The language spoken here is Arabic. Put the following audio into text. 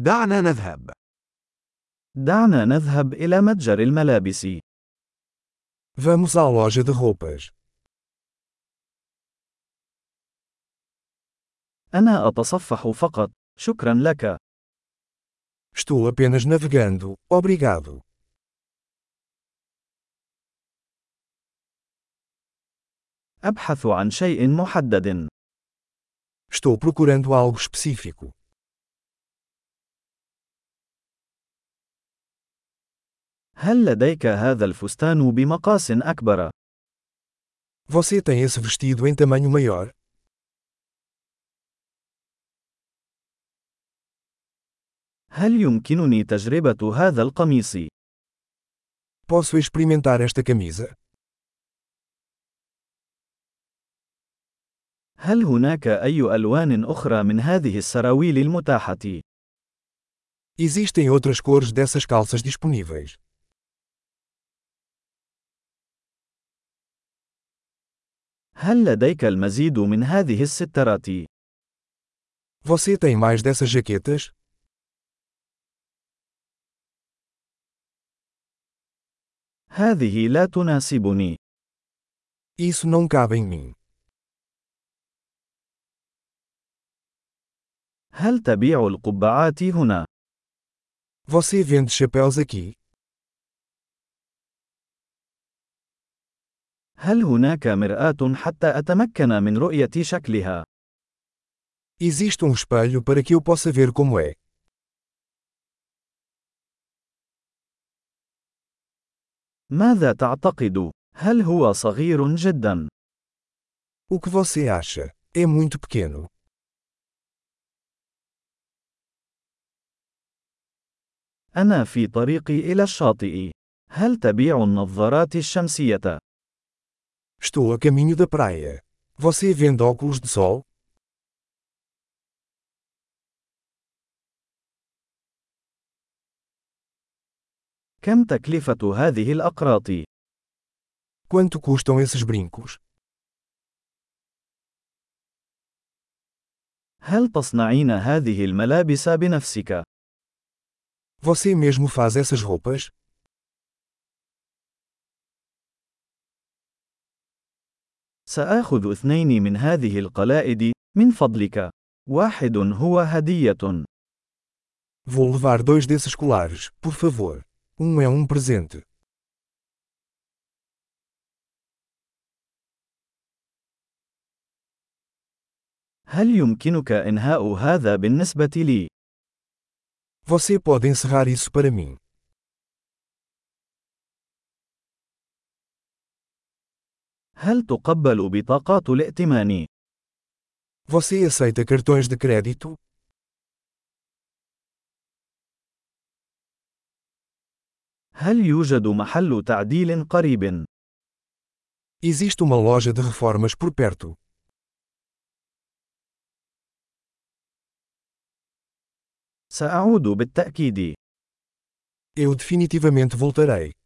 دعنا نذهب. دعنا نذهب إلى متجر الملابس. Vamos à loja de roupas. أنا أتصفح فقط. شكرا لك. Estou apenas navegando, obrigado. أبحث عن شيء محدد. Estou procurando algo específico. هل لديك هذا الفستان بمقاس أكبر؟ Você tem esse vestido em tamanho maior? هل يمكنني تجربة هذا القميص؟ Posso experimentar esta camisa? هل هناك أي ألوان أخرى من هذه السراويل المتاحة؟ Existem outras cores dessas calças disponíveis. هل لديك المزيد من هذه السترات؟ Você tem mais dessas jaquetas? هذه لا تناسبني. Isso não cabe em mim. هل تبيع القبعات هنا؟ Você vende chapéus aqui? هل هناك مرآة حتى أتمكن من رؤية شكلها؟ Existe um espelho para que eu possa ver como é. ماذا تعتقد؟ هل هو صغير جدا؟ O que você acha? É muito pequeno. أنا في طريقي إلى الشاطئ. هل تبيع النظارات الشمسية؟ Estou a caminho da praia. Você vende óculos de sol? كم تكلفة هذه الأقراط؟ Quanto custam esses brincos? هل تصنعين هذه الملابس بنفسك؟ Você mesmo faz essas roupas? سآخذ اثنين من هذه القلائد، من فضلك. واحد هو هدية. Vou levar dois desses colares, por favor. Um é um presente. هل يمكنك إنهاء هذا بالنسبة لي؟ Você pode encerrar isso para mim. هل تقبل بطاقات الائتمان؟ Você aceita cartões de crédito? هل يوجد محل تعديل قريب؟ Existe uma loja de reformas por perto. سأعود بالتأكيد. Eu definitivamente voltarei.